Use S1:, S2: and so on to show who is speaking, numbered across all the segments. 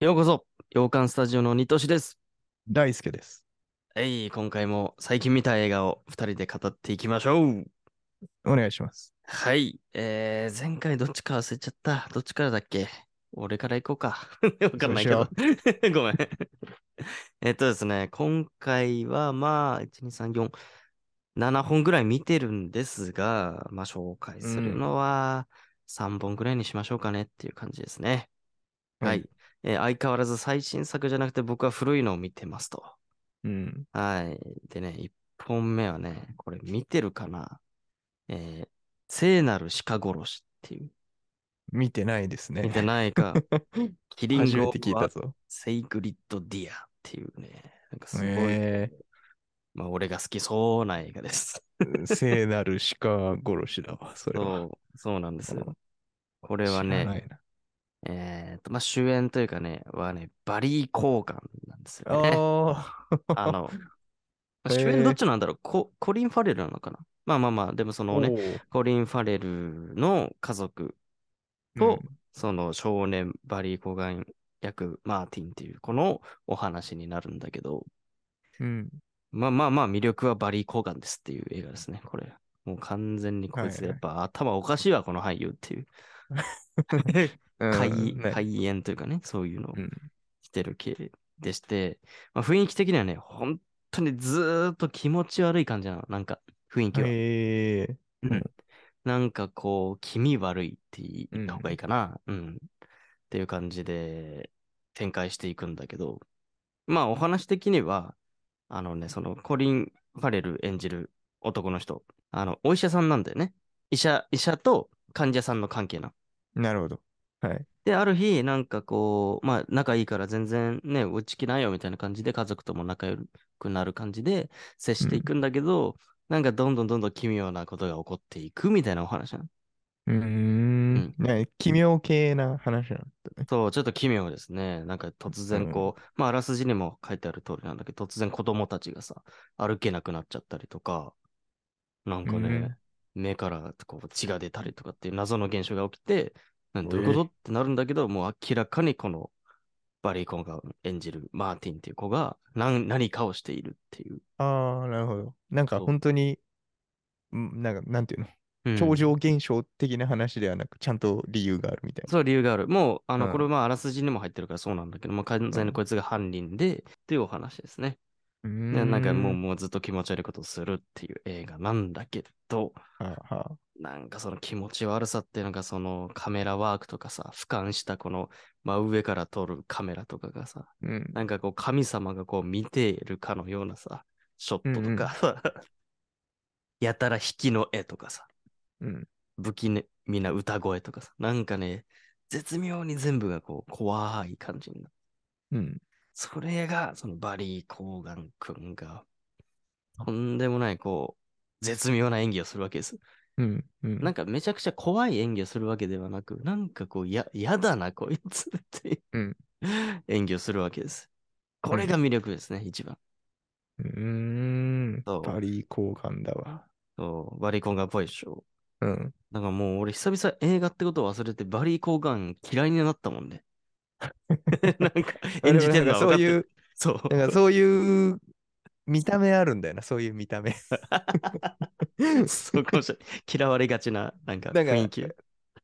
S1: ようこそ、洋館スタジオのニトシです。
S2: 大輔です。
S1: はい、今回も最近見た映画を2人で語っていきましょう。
S2: お願いします。
S1: はい、えー、前回どっちか忘れちゃった。どっちからだっけ俺から行こうか。 わかんないけど。 ごめん。えっとですね、今回はまあ、1、2、3、4、7本ぐらい見てるんですが、まあ、紹介するのは3本ぐらいにしましょうかねっていう感じですね。はい。。えー相変わらず最新作じゃなくて僕は古いのを見てますと。
S2: うん。
S1: はい。でね、1本目はね、これ見てるかなえー聖なる鹿殺しっていう。
S2: 見てないですね。
S1: 見てない か。キリン
S2: 初め
S1: グ・
S2: て聞いたぞ。
S1: セイグリッド・ディアっていうね、なんかすごい、
S2: え
S1: まあ俺が好きそうな映画です。
S2: ー、聖なる鹿殺しだわ、それは。
S1: そう、そうなんです
S2: うん
S1: よ。これは
S2: 知らな
S1: ね、
S2: いな
S1: えーっと、まあ主演というかね、はね、バリー・コーガンなんですよね。
S2: ああ。
S1: あの、
S2: へー
S1: 主演どっちなんだろうココリン・ファレルなのかなまあまあまあ、でもそのね、コリン・ファレルの家族、
S2: おー
S1: とその少年バリー・コガン役マーティンっていうこのお話になるんだけど、
S2: うん。
S1: まあまあまあ魅力はバリー・コガンですっていう映画ですね、これ。もう完全にこいつ
S2: は
S1: や
S2: いはい
S1: っぱ頭おかしいわ、この俳優っていう。
S2: うん
S1: 開
S2: ね
S1: 開演というかね、そういうのを
S2: うん
S1: してる系でして、まあ、雰囲気的にはね、本当にずーっと気持ち悪い感じなの、なんか雰囲気は。
S2: えー
S1: うんなんかこう、気味悪いって言った方がいいかな。うん、っていう感じで展開していくんだけど、まあお話的には、あのね、そのコリン・ファレル演じる男の人、あの、お医者さんなんだよね。医者、医者と患者さんの関係なの。
S2: なるほど。はい。
S1: で、ある日、なんかこう、まあ仲いいから全然ね、打ち気ないよみたいな感じで、家族とも仲良くなる感じで接していくんだけど、なんかどんどんどんどん奇妙なことが起こっていくみたいなお話なの。
S2: うーん。ね奇妙系な話なんだね。
S1: そう、ちょっと奇妙ですね。なんか突然こう、まああらすじにも書いてある通りなんだけど、突然子供たちがさ、歩けなくなっちゃったりとか、なんかね、目からこう血が出たりとかっていう謎の現象が起きて、なんどういうこと
S2: え
S1: ってなるんだけど、もう明らかにこのバリーコンが演じるマーティンっていう子が何 何かをしているっていう。
S2: ああ、なるほど。なんか
S1: そう
S2: 本当に、うんなんか、なんていうの、
S1: うん
S2: 超常現象的な話ではなく、ちゃんと理由があるみたいな。
S1: そう、理由がある。もう、あの、
S2: うん
S1: これ、まあ、あらすじにも入ってるからそうなんだけど、まあ、完全にこいつが犯人で、っていうお話ですね。
S2: うー
S1: ねなんかもう、
S2: ん
S1: もうずっと気持ち悪いことをするっていう映画なんだけど、
S2: はあはあ
S1: なんかその気持ち悪さっていうのがそのカメラワークとかさ、俯瞰したこの真上から撮るカメラとかがさ、
S2: うん。
S1: なんかこう神様がこう見ているかのようなさ、ショットとかさ、 やたら引きの絵とかさ、
S2: うん。
S1: 不気味な歌声とかさ、なんかね、絶妙に全部がこう怖い感じになって
S2: うん。
S1: それが、そのバリー・コーガン君が、とんでもない、こう、絶妙な演技をするわけです。
S2: うん。うん
S1: なんかめちゃくちゃ怖い演技をするわけではなく、なんかこう、や、やだな、こいつっていうう、演技をするわけです。これが魅力ですね、一番。
S2: うーん。
S1: そう
S2: バリー交換だわ。
S1: そうバリー・コーガンっぽいでしょ。
S2: うん。
S1: なんかもう俺久々映画ってことを忘れてバリー・コーガン嫌いになったもん ね。なんか 演じてるの
S2: でもなんか
S1: は分かっ
S2: そう
S1: て
S2: い
S1: る。
S2: う、
S1: そう。
S2: なんかそういう見た目あるんだよな、そういう見 た目。
S1: そうかもしれない嫌われがちな、なんか
S2: なんか
S1: 雰囲気。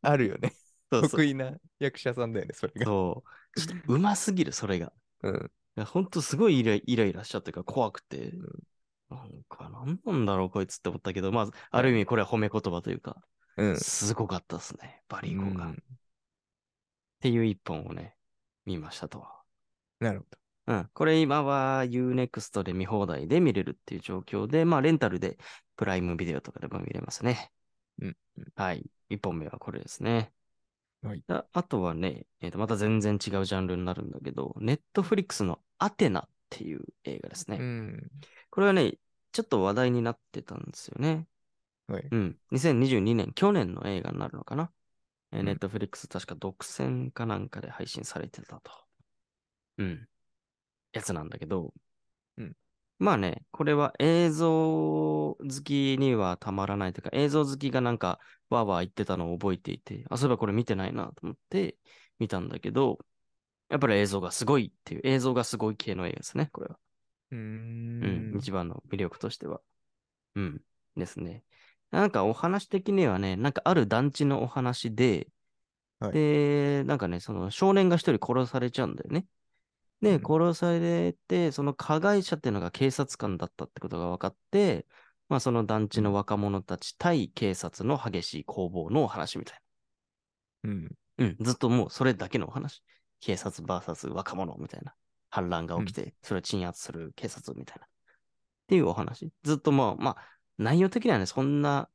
S2: あるよね。
S1: そうそう
S2: 得意な役者さんだよね、それが。
S1: そう。ちょっとうますぎる、それが。
S2: うん。
S1: いやほんとすごいイライイライラしちゃってから怖くて。なんか、なんなんだろう、こいつって思ったけど、まあ、ある意味これは褒め言葉というか、
S2: うん。
S1: すごかったですね、バリーコーガン。
S2: う
S1: っ
S2: ん
S1: ていう一本をね、見ましたと。
S2: なるほ
S1: うん。これ今は UNEXT で見放題で見れるっていう状況で、まあ、レンタルでプライムビデオとかでも見れますね。
S2: うん。
S1: はい。一本目はこれですね。
S2: はい
S1: あ。あとはね、えーと、また全然違うジャンルになるんだけど、ネットフリックスのアテナっていう映画ですね。
S2: ど。うん。
S1: これはね、ちょっと話題になってたんですよね。
S2: はい。
S1: うん。2022年、去年の映画になるのかな。え
S2: うん
S1: ネットフリックス確か独占かなんかで配信されてたと。うん。やつなんだけど。
S2: うん
S1: まあね、これは映像好きにはたまらないというか、映像好きがなんかわーわー言ってたのを覚えていて、あ、そういえばこれ見てないなと思って見たんだけど、やっぱり映像がすごいっていう、映像がすごい系の映画ですね、これは。
S2: うー
S1: うんん、。一番の魅力としては。うん、ですね。なんかお話的にはね、なんかある団地のお話で、
S2: はい
S1: で、なんかね、その少年が一人殺されちゃうんだよね。で、
S2: うん
S1: 殺されて、その加害者っていうのが警察官だったってことが分かって、まあその団地の若者たち対警察の激しい攻防のお話みたい
S2: うん。
S1: な。うん、ずっともうそれだけのお話。警察 VS 若者みたいな。反乱が起きて、それを鎮圧する警察みたいな。っていうお話。ずっとまあ、まあ、内容的にはね、そんな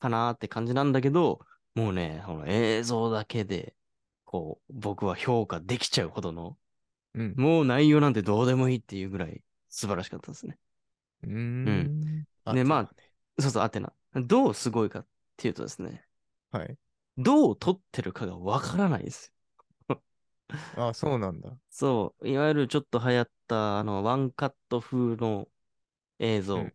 S1: かなーって感じなんだけど、もうね、この映像だけで、こう、僕は評価できちゃうほどの、
S2: うん。
S1: もう内容なんてどうでもいいっていうぐらい素晴らしかったですね。
S2: うーん。
S1: ねまあ
S2: と
S1: そうそう、アテナ。どうすごいかっていうとですね、
S2: はね。はい。
S1: どう撮ってるかがわからないですよ。
S2: あ、そうなんだ。
S1: そう、いわゆるちょっと流行った、あの、ワンカット風の映像。
S2: うん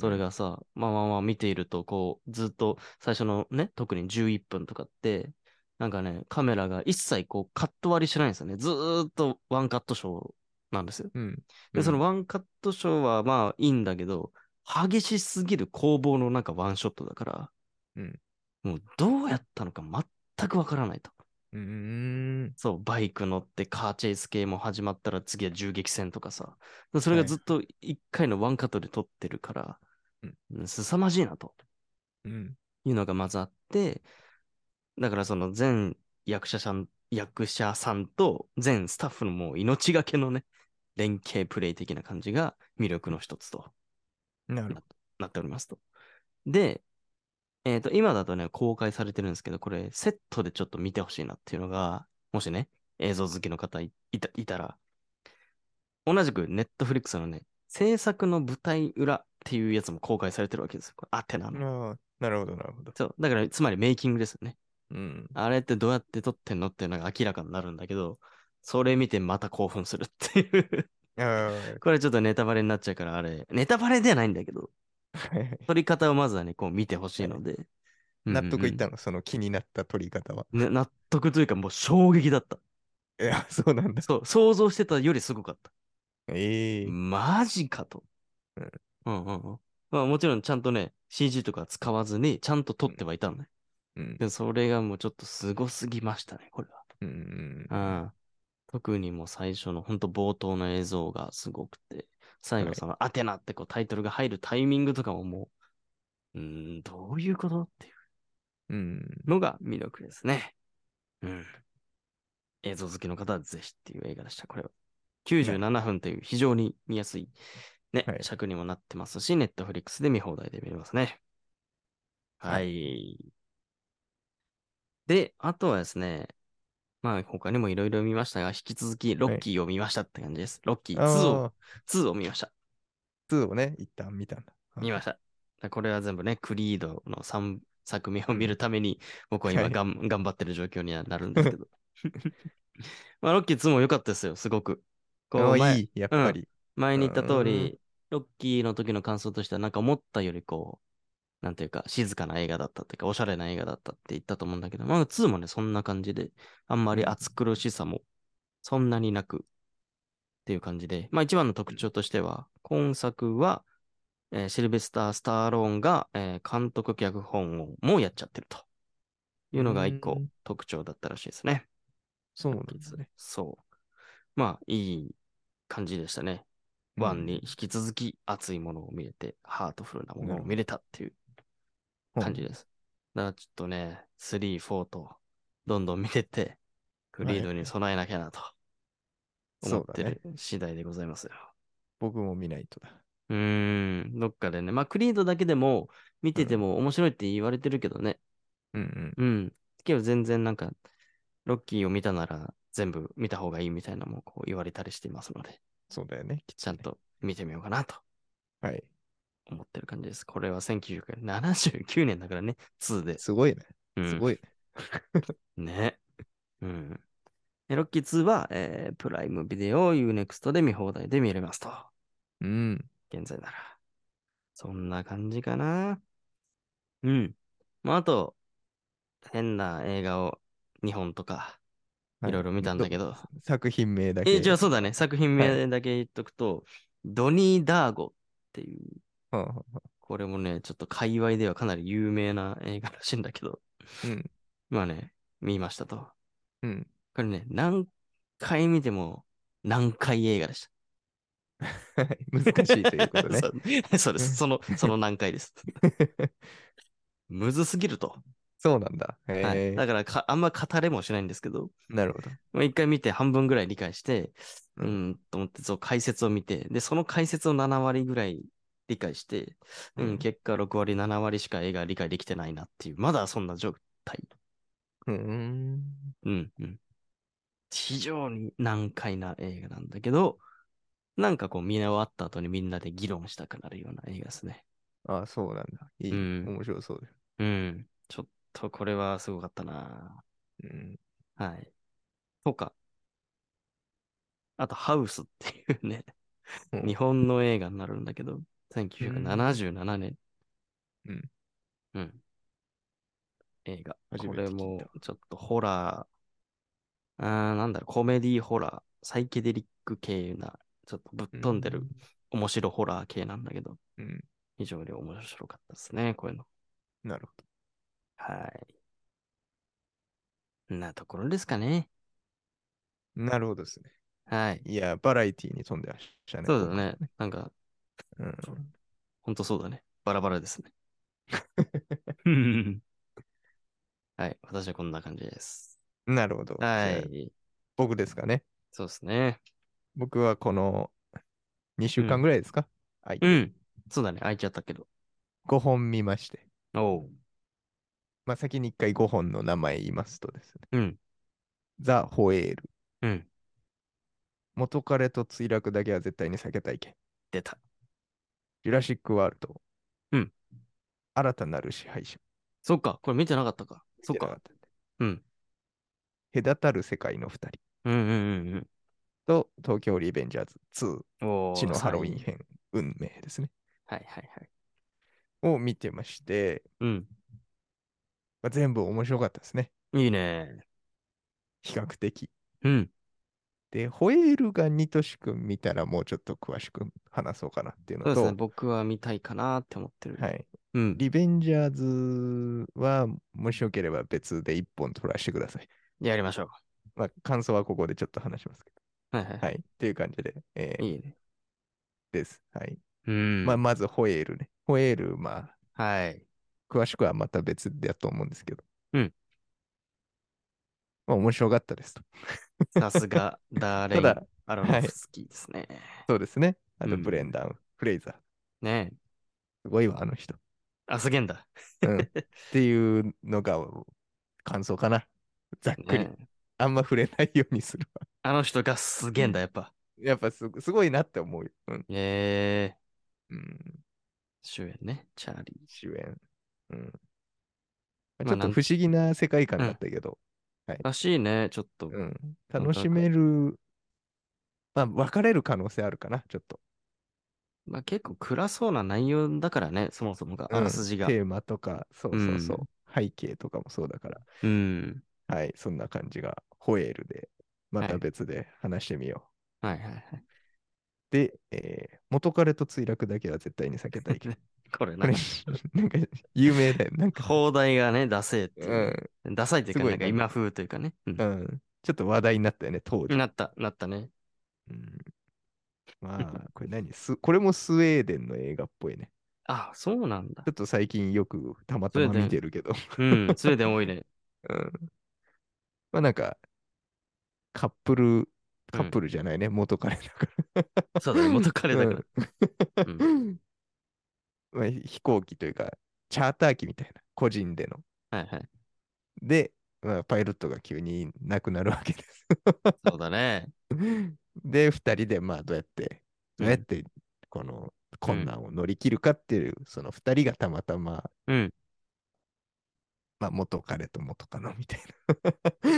S1: それがさ、まあまあまあ見ていると、こう、ずっと最初のね、特に11分とかって、なんかね、カメラが一切こう、カット割りしないんですよね。ずーっとワンカットショーなんですよ。
S2: うん。う
S1: で、
S2: ん
S1: その、ワンカットショーはまあいいんだけど、激しすぎる攻防のなんかワンショットだから、
S2: うん
S1: もうどうやったのか全くわからないと。
S2: うーん。
S1: そう、バイク乗ってカーチェイス系も始まったら次は銃撃戦とかさ。それが
S2: はい
S1: ずっと一回のワンカットで撮ってるから、凄まじいなと
S2: うん。
S1: いうのがまずあって、だからその全役者さん、役者さんと全スタッフのもう命がけのね、連携プレイ的な感じが魅力の一つと
S2: なるほ
S1: なっておりますと。で、えっ、と、今だとね、公開されてるんですけど、これ、セットでちょっと見てほしいなっていうのが、もしね、映像好きの方いいたいたら、同じく Netflix のね、制作の舞台裏っていうやつも公開されてるわけですよ。これアテナの。
S2: ど。ああ、なるほど、なるほど。
S1: そう。だから、つまりメイキングですよね。
S2: うん。
S1: あれってどうやって撮ってんのっていうのが明らかになるんだけど、それ見てまた興奮するっていう。
S2: ああ、
S1: これちょっとネタバレになっちゃうから、あれ、ネタバレではないんだけど、
S2: はいはい。
S1: 撮り方をまずはね、こう見てほしいので。うんうんう
S2: 納
S1: ん
S2: 得いったの、その気になった取り方は。
S1: ね納得というかもう衝撃だった。
S2: いや、そうなんだ。
S1: そう、想像してたよりすごかった。
S2: ええ
S1: マジかと。
S2: うん
S1: うんうんうん。まあもちろんちゃんとね、CG とか使わずにちゃんと撮ってはいたんだよ。
S2: うん
S1: でもそれがもうちょっとすごすぎましたね、これ
S2: うん。
S1: は。うん。特にもう最初のほんと冒頭の映像がすごくて、最後
S2: はい
S1: そのアテナってこうタイトルが入るタイミングとかももう、うーん、どういうことっていう
S2: うん。
S1: のが魅力ですね。うん。映像好きの方はぜひっていう映画でした。これは。97分という非常に見やすい、ね
S2: はい
S1: 尺にもなってますし、ネットフリックスで見放題で見れますね。は。
S2: はい
S1: で、あとはですね、まあ他にもいろいろ見ましたが、引き続きロッキーを見ましたって感じです。ロッキー
S2: あ
S1: 2を
S2: あ、
S1: 2を見ました。
S2: 2をね、一旦見たんだ。
S1: 見ま
S2: し
S1: した。これは全部ね、クリードの3作目を見るために、僕は
S2: は
S1: 今
S2: い
S1: がん、頑張ってる状況にはなるんですけど。 まあ、ロッキー2も良かったですよ、すごく。こう前
S2: いい、やっぱり。
S1: 前に言った通
S2: う
S1: り
S2: ん、
S1: ロッキーの時の感想としては、なんか思ったよりこう、なんていうか、静かな映画だったっていうか、おしゃれな映画だったって言ったと思うんだけど、まあ2もね、そんな感じで、あんまり暑苦しさもそんなになくっていう感じで、まあ一番の特徴としては、今作は、えーシルベスター・スターローンが、えー監督脚本をもうやっちゃってるというのが一
S2: う
S1: 個
S2: ん
S1: 特徴だったらしいですね。
S2: そうなんですね。
S1: そう。まあ、いい感じでしたね。ワンに
S2: うん
S1: 引き続き熱いものを見れて、ハートフルなも
S2: な
S1: の
S2: る
S1: を
S2: ほど
S1: 見れたっていう感じです。だからちょっとね、3、4とどんどん見れて、クリードに備えなきゃなと
S2: はいはい
S1: 思ってる次第でございますよ。
S2: 僕も見ないとだ。
S1: うーん、どっかでね、まあクリードだけでも見てても面白いって言われてるけどね、
S2: うん
S1: うん。けど全然なんか、ロッキーを見たなら全部見た方がいいみたいなのもこう言われたりしていますので、
S2: そうだよね。きっ
S1: ちゃんと見てみようかなと
S2: はい。
S1: 思ってる感じです。これは1979年だからね、2で。
S2: すごいね。
S1: うん
S2: すごいね。
S1: ね。うん。でロッキー2は、えープライムビデオ、UNEXT で見放題で見れますと。
S2: うん。
S1: 現在なら。そんな感じかな。うん。まあ、あと、変な映画を2本とか
S2: はい
S1: いろいろ見たんだけど。
S2: 作品名 だけ。
S1: え、じゃあそうだね。作品名だけ言っとくと、ドニー・ダーゴっていう、
S2: はあはあ
S1: これもね、ちょっと界隈ではかなり有名な映画らしいんだけど、
S2: うん。
S1: まあね、見ましたと。
S2: うん。
S1: これね、何回見ても何回映画でした。
S2: 難しいということね。
S1: そうそうです。そ の、その何回です。むずすぎると。
S2: そうなんだ。へ
S1: はい
S2: え
S1: だからか、あんま語れもしないんですけど、
S2: なるほど。
S1: まあ一回見て半分ぐらい理解して、
S2: う
S1: うんん、と思って、そう、解説を見て、で、その解説を7割ぐらい理解して、う
S2: うん
S1: ん、結果6割、7割しか映画理解できてないなっていう、まだそんな状態。
S2: うん。
S1: うん、うん。非常に難解な映画なんだけど、なんかこう見終わった後にみんなで議論したくなるような映画ですね。
S2: あ、そうなんだ。いい。
S1: うん
S2: 面白そうです。
S1: うん。ちょっとこれはすごかったな
S2: うん。
S1: はい。とか。あと、ハウスっていうね、
S2: うん
S1: 日本の映画になるんだけど、1977年。
S2: うん。
S1: うん。映画。
S2: 初
S1: こ
S2: めて聞い
S1: れ
S2: た
S1: も、ちょっとホラー、あーなんだろう、コメディホラー、サイケデリック系な、ちょっとぶっ飛んでる、面白ホラー系なんだけど、
S2: うん。うん。
S1: 非常に面白かったですね、こういうの。
S2: なるほど。
S1: はい。んなところですかね。
S2: なるほどですね。
S1: はい。
S2: いや、バラエティに飛んでましたね。
S1: そうだね。なんか、
S2: 僕はね。
S1: ほんとそうだね。バラバラですね。うん はい。私はこんな感じです。
S2: うん。なるほど。
S1: は
S2: じゃあ。
S1: い。
S2: 僕ですかね。
S1: そうですね。
S2: 僕はこの2週
S1: うん
S2: 間ぐらいですか、はい
S1: うん。そうだね。開いちゃったけど。
S2: 5本見まして。
S1: おう。
S2: まあ、先に1回5本の名前言いますとですね。
S1: うん。
S2: ザ・ホエール。
S1: うん。
S2: 元彼と墜落だけは絶対に避けたいけん。
S1: 出た。
S2: ジュラシック・ワールド。
S1: うん。
S2: 新たなる支配者。
S1: そっか。これ見てなかったか。そっ
S2: 見てな
S1: か。
S2: ったんで
S1: うん。
S2: 隔たる世界の2人
S1: うんうんうん
S2: と東京リベンジャーズ
S1: うん。お
S2: 2、
S1: お。
S2: 地のハロウィン
S1: 最後
S2: 編、運命ですね。
S1: はいはいはい。
S2: を見てまして、
S1: うん。
S2: まあ、全部面白かったですね。
S1: いいね。
S2: 比較的。
S1: うん。
S2: で、ホエールがニトシ君見たらもうちょっと詳しく話そうかなっていう
S1: そう
S2: の
S1: です
S2: と、
S1: ね。僕は見たいかなって思ってる。
S2: はい、
S1: うん。
S2: リベンジャーズはもしよければ別で1本取らせてください。
S1: やりましょ
S2: まあ、感想はここでちょっと話しますけ
S1: う。はいはい
S2: ど。。はい。っていう感じで、えー
S1: いいね。
S2: です。はい。
S1: うん。
S2: まあ、まずホエールね。ホエール、まあ、
S1: はい。
S2: 詳しくはまた別だと思うんですけど。
S1: うん。
S2: まあ、面白かったですと。
S1: さすが、ダーレ
S2: た
S1: ン
S2: だ、
S1: アロノフスキーですね。
S2: そうですね。あ
S1: う
S2: と、
S1: ん
S2: ブレンダン、フレイザー。
S1: ねえ。
S2: すごいわ、あの人。
S1: あ、すげえんだ。
S2: うん。っていうのが、感想かな。ざっくり。
S1: ねえ
S2: あんま触れないようにするわ。
S1: あの人がすげえんだ、やっぱ。
S2: やっぱすすごいなって思うよ。うん。
S1: ええ
S2: うん、
S1: 主演ね、チャーリ
S2: 主演。うん。
S1: あ
S2: ちょっ
S1: なん
S2: と不思議な世界観だったけど、
S1: ー。らしいね、ちょっと。
S2: うん。楽しめる。まあ、別れる可能性あるかな、ちょっと。
S1: まあ、結構暗そうな内容だからね、そもそもが、あらすじが。
S2: テーマとか、そうそうそう
S1: う。
S2: 背景とかもそうだから。
S1: うん。
S2: はい、そんな感じが、ホエールで、ま
S1: は
S2: た
S1: い
S2: 別で話してみよう。
S1: はいはいはい。
S2: で、えー元彼と墜落だけは絶対に避けたいけど。
S1: これ
S2: こ
S1: な
S2: れ
S1: んか、、
S2: なんか、有名だよ。なんか、
S1: 放題がね、ダセえって
S2: う
S1: いう、
S2: ん、
S1: ダサいっていう
S2: す
S1: か、
S2: ごい
S1: なんか
S2: ね
S1: 今風というかね。うん
S2: うん。ちょっと話題になったよね、当時。
S1: なった、なったね。
S2: うんまあ、これ何すこれもスウェーデンの映画っぽいね。
S1: あ、そうなんだ
S2: ちょ。っと最近よくたまた
S1: スウェー
S2: ま
S1: デン
S2: 見てるけど。
S1: うん、スウェーデン多いね。
S2: うん、まあなんか、カップル、カップルじゃないね、元彼だか
S1: そうだね、元彼
S2: ら。
S1: だから。う
S2: うんん まあ、飛行機というか、チャーター機みたいな、個人での。
S1: はいはい。
S2: で、まあ、パイロットが急に亡くなるわけ です。
S1: そうだね。
S2: で、2人で、まあ、どうやって、どうやって、この困難を乗り切るかっていう、その2人がたまたま、
S1: うん
S2: まあ、元彼と元カノみたい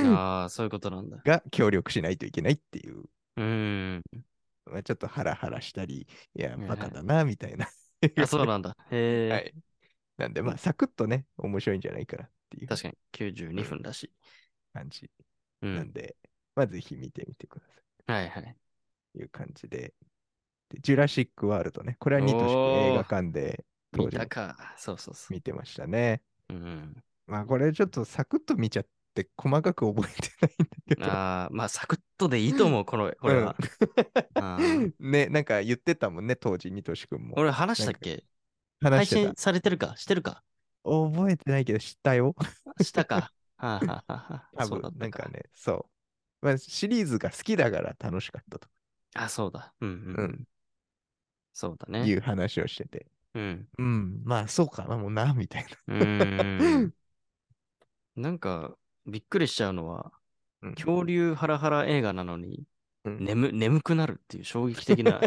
S2: な、
S1: ああ、そういうことなんだ。
S2: が協力しないといけないっていう、
S1: うん。
S2: まあ、ちょっとハラハラしたり、いや
S1: いは、い
S2: バカだな、みたいな。
S1: あ、そうなん だ。へえ、
S2: はい。なんで、まあ、サクッとね、面白いんじゃないかなっていう
S1: 確かに92分だし。
S2: 感じ
S1: う。
S2: なんんで、まあ、ぜひ見てみてください。
S1: はいはい。
S2: という感じで。でジュラシック・ワールドね。これはニトシ君
S1: おー
S2: 映画館で当
S1: 見
S2: 時
S1: たか。そうそうそう。
S2: 見てましたね。
S1: うん、
S2: まあこれちょっとサクッと見ちゃって細かく覚えてないんだけど。
S1: あーまあ、サクッとでいいと 思う、このこれは。あー
S2: ね、なんか言ってたもんね、当時、ニトシ君も。
S1: 俺話したっけ配
S2: 話して
S1: 信
S2: た。
S1: されてるかしてるか
S2: 覚えてないけど知ったよ。
S1: した かはあはあはあはあ
S2: 多
S1: そうだっ
S2: 分、な
S1: た
S2: んかね、そう。まあ、シリーズが好きだから楽しかった
S1: あ、そうだ。うんうん。
S2: う
S1: うんん、そうだ
S2: とい
S1: ね。
S2: う話をしてて。
S1: うん。
S2: うん、まあそうかな、もうな、みたいうな。
S1: ーんなんか、びっくりしちゃうのは、
S2: うん
S1: 恐竜ハラハラ映画なのに、
S2: うん
S1: 眠眠くなるっていう衝撃的 な、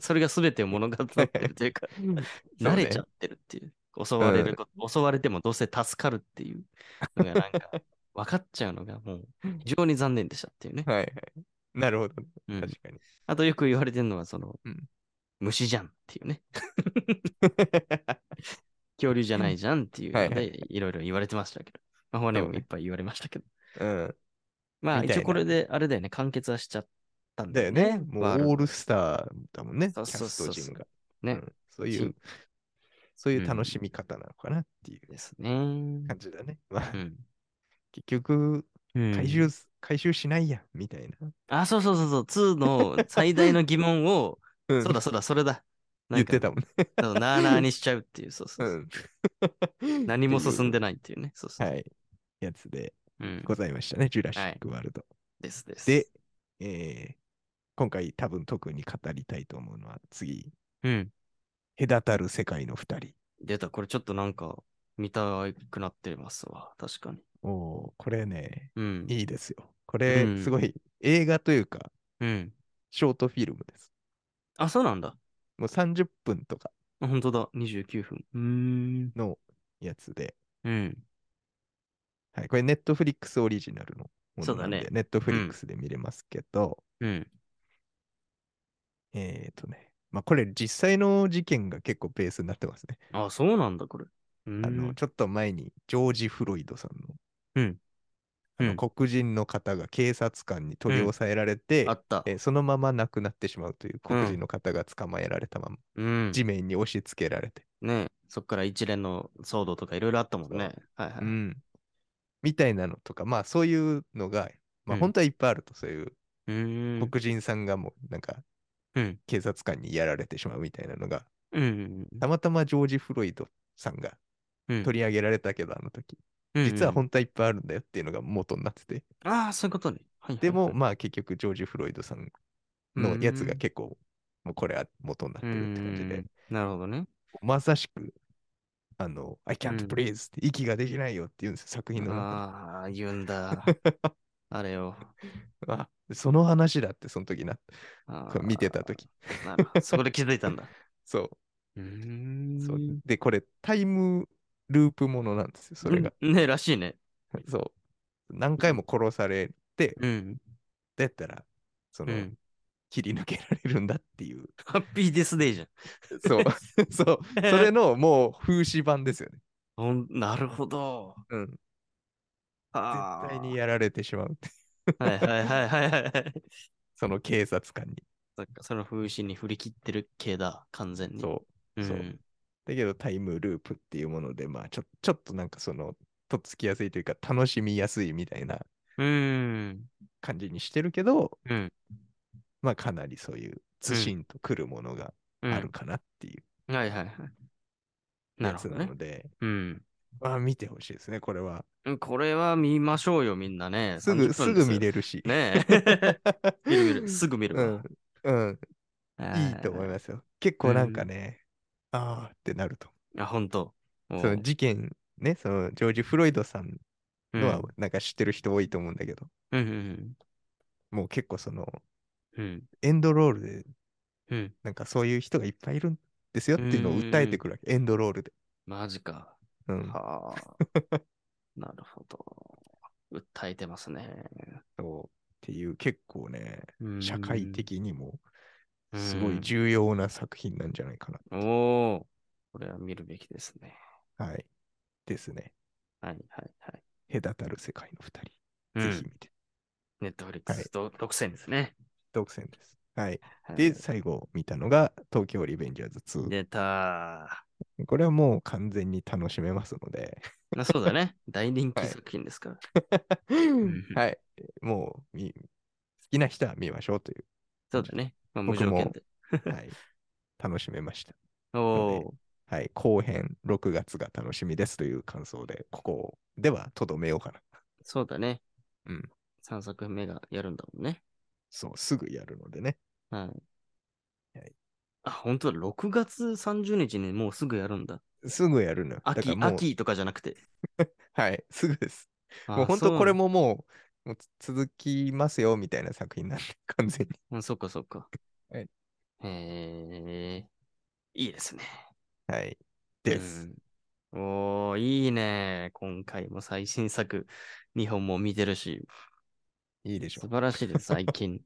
S1: それが全てを物語ってるというか、
S2: そう
S1: 慣
S2: ね
S1: れちゃってるっていう。襲われること、襲われてもどうせ助かるっていうのがなん か、分かっちゃうのがもう非常に残念でしたっていうね。
S2: はいはい。なるほど、
S1: うん
S2: 確かに。
S1: あとよく言われてるのは、その、
S2: うん
S1: 虫じゃんっていう ね。恐竜じゃないじゃんっていう
S2: は
S1: の
S2: いはい
S1: で、いろいろ言われてましたけど。まあ、骨
S2: そう
S1: も
S2: ね
S1: いっぱい言われましたけど。
S2: うん。
S1: まあ、
S2: みたい
S1: 一
S2: な
S1: 応これで、あれだよね、完結はしちゃったん
S2: だ
S1: だ
S2: よ
S1: よ
S2: ね
S1: ね。。
S2: もう
S1: ワールド
S2: オールスターだもんね、キ
S1: そ
S2: ャ
S1: うそう
S2: ス
S1: そう
S2: ト
S1: そう
S2: 陣が。
S1: ね
S2: うんそうい
S1: そうう、
S2: そういう楽しみ方なのかなっていう
S1: ですね。うん。
S2: 感じだね。まあ、結局、
S1: うん
S2: 回収す、回収しないやん、みたいな。
S1: あ、そうそうそうそう、2の最大の疑問を、
S2: うん
S1: そうだそうだ、それだ。
S2: 言って
S1: た。
S2: たもんね。
S1: そうなあなあにしちゃうっていう、そうそうそう 何も進ん
S2: で
S1: でないっていうね。そうそう
S2: は
S1: そう。
S2: い。やつで
S1: うん
S2: ございましたね、ジュラシック・ワールド。
S1: ですです。
S2: で、えー今回多分特に語りたいと思うのは、次、
S1: うん。
S2: 隔たる世界の二人。
S1: 出た、これちょっとなんか、見たくなってますわ。確かに。
S2: おーこれね、
S1: うん。
S2: いいですよ。これ、
S1: うん
S2: すごい映画というか、
S1: うん。
S2: ショートフィルムです。
S1: あ、そうなんだ。
S2: もう30分とか
S1: あ本当だ。29分。うーん。
S2: のやつで、
S1: うん。
S2: はい、これ、ネットフリックスオリジナルのものなん
S1: そう
S2: で、
S1: だ
S2: ネットフリックスで見れますけど、
S1: うん。
S2: えっ、とね、まあ、これ、実際の事件が結構ベースになってますね。
S1: あ、そうなんだ、これ。うーん
S2: あの、ちょっと前に、ジョージ・フロイドさんの、
S1: うん
S2: あの
S1: うん
S2: 黒人の方が警察官に取り押さえられて、
S1: あった。
S2: えーそのまま亡くなってしまうという黒人の方が捕まえられたまま、
S1: うん。
S2: 地面に押し付けられて、
S1: ねそっから一連の騒動とかいろいろあったもんね。はいはい。
S2: うんみたいなのとか、まあそういうのが、まあ
S1: うん
S2: 本当はいっぱいあると、そういう
S1: うーん。
S2: 黒人さんがもうなんか
S1: うん。
S2: 警察官にやられてしまうみたいなのが、
S1: うんうん
S2: たまたまジョージ・フロイドさんが
S1: うん。
S2: 取り上げられたけど、あの時、
S1: うんうん
S2: 実は本当はいっぱいあるんだよっていうのが元になってて、
S1: ああ、そういうことね。はいはいはい
S2: でも、まあ結局ジョージ・フロイドさんのやつが結構、もうこれは元になってるって感じで、
S1: うーんなるほどね。
S2: まさしく、あの、I can't
S1: うん
S2: breathe って息ができないよって言うんですよ、作品の中
S1: ああ、言うん だ。あれを。
S2: で。あその話だって、その時な、
S1: あ
S2: こ
S1: ー
S2: う見てた時。
S1: なるほどそこで気づいたんだ。
S2: そう う
S1: ーん。
S2: そう。で、これ、タイムループものなんですよ、それが。
S1: うんねらしいね。
S2: そう。何回も殺されて、
S1: うん。
S2: だったら、そうの、
S1: ん。
S2: 切り抜けられるんだって いう、
S1: ハッピーデスデイじゃん。
S2: そう、 そう、それのもう風刺版ですよね。
S1: ほんなるほど。
S2: うん。
S1: あ
S2: 絶対に
S1: や
S2: やられてしまうって、
S1: はいはいはいはいはい。
S2: その警察官に。
S1: そっか、その風刺に振り切ってる系だ、完全に。
S2: そう。
S1: うん。
S2: そうだけどタイムループっていうもので、まあちょ、ちょっとなんかその、とっつきやすいというか、楽しみやすいみたいな
S1: うーん。
S2: 感じにしてるけど、
S1: うん。
S2: まあかなりそういう、ずしんとくるものが
S1: うん
S2: ある。かなっていう
S1: はいはいはい。な
S2: や
S1: る
S2: つ
S1: ほど
S2: な
S1: ね
S2: の。で、
S1: うん。
S2: まあ見てほしいですね、これは。
S1: これは見ましょうよ、みんなね。
S2: すぐ、
S1: 30
S2: す
S1: 分で
S2: ぐ見れるし。
S1: ねえ。 見る見る。すぐ見る
S2: う
S1: わ。
S2: ん、うん、いいと思いますよ。結構なんかね、あーってなると。
S1: す。あ、ほんと。もう
S2: その事件、ね、そのジョージ・フロイドさん
S1: うん
S2: のはなんか知ってる人多いと思うんだけど、
S1: うんうん
S2: もう結構その、
S1: うん。うん
S2: エンドロールで
S1: うん。
S2: なんかそういう人がいっぱいいるんですよっていうのを訴えてくるわけ、エンドロールで。
S1: マジか。
S2: うん、
S1: はあ。 なるほど。訴えてますね。
S2: そうっていう結構ね、
S1: うん
S2: 社会的にも
S1: うん
S2: すごい重要な作品なんじゃないかな。
S1: おお。これは見るべきですね。
S2: はい。ですね。
S1: はいはいはい。
S2: 隔たる世界の二人、
S1: うん
S2: ぜひ見て
S1: ネットフリック
S2: はい
S1: スと独占ですね。
S2: 独占です。はい。
S1: はい
S2: で、最後見たのが、東京リベンジャーズ2。
S1: 出た
S2: これはもう完全に楽しめますので、
S1: ー。まあ、そうだね。大人気
S2: はい
S1: 作品ですから。
S2: はい。もうみ、好きな人は見ましょうとい
S1: そうだね。まあ、無
S2: 僕
S1: 条
S2: も
S1: 件で。
S2: う。はい。楽しめました。
S1: おお
S2: はい。後編、6月が楽しみですという感想で、ここではとどめようかな。
S1: ー、そうだね。
S2: うん。
S1: 3作目がやるんだもんね。
S2: そう、すぐやるのでね。
S1: はい。
S2: はい
S1: あ、本当だ。6月30日にもうすぐやるんだ。
S2: すぐやるのよ。だから
S1: 秋、
S2: もう、
S1: 秋とかじゃなくて。
S2: はい、すぐです。も
S1: あ
S2: う本当これ。
S1: そ
S2: ももう、もうつ続きますよみたいな作品なんで、完全に。
S1: ううん、そっかそっか。
S2: はい
S1: へえ。いいですね。
S2: はい。です。
S1: うん。おー、いいね。今回も最新作、2本も見てるし、
S2: いいでしょ
S1: 素
S2: う。
S1: 晴らしいです、最 近。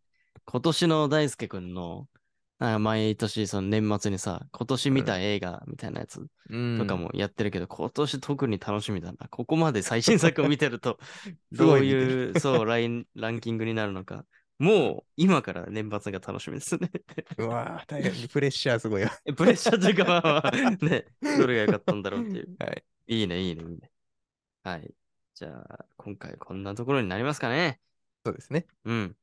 S1: 今年の大輔くんの、あ毎年、その年末にさ、今年見た映画みたいなやつとかもやってるけど、今年特に楽しみだな。ここまで最新作を見てると、
S2: す
S1: ど
S2: ご
S1: う
S2: い見てる
S1: いう、そう、ライン、ランキングになるのか。もう、今から年末が楽しみですね。
S2: うわー大変。プレッシャーすごいよ。
S1: プレッシャーというか、まあまあ、ね、どれが良かったんだろうっていう。
S2: はい。
S1: いいね、いいね、いいね。はい。じゃあ、今回こんなところになりますかね。
S2: そうですね。
S1: うん。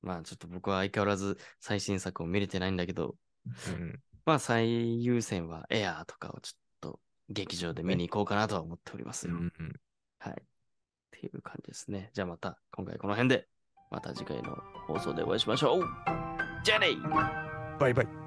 S1: まあ、ちょっと僕は相変わらず最新作を見れてないんだけど、
S2: うん。
S1: まあ、最優先はエアーとかをちょっと劇場で見に行こうかなとは思っております
S2: う
S1: よ。
S2: ん
S1: はい。っていう感じですね。じゃあまた、今回この辺で、また次回の放送でお会いしましょう。じゃあね
S2: バイバイ。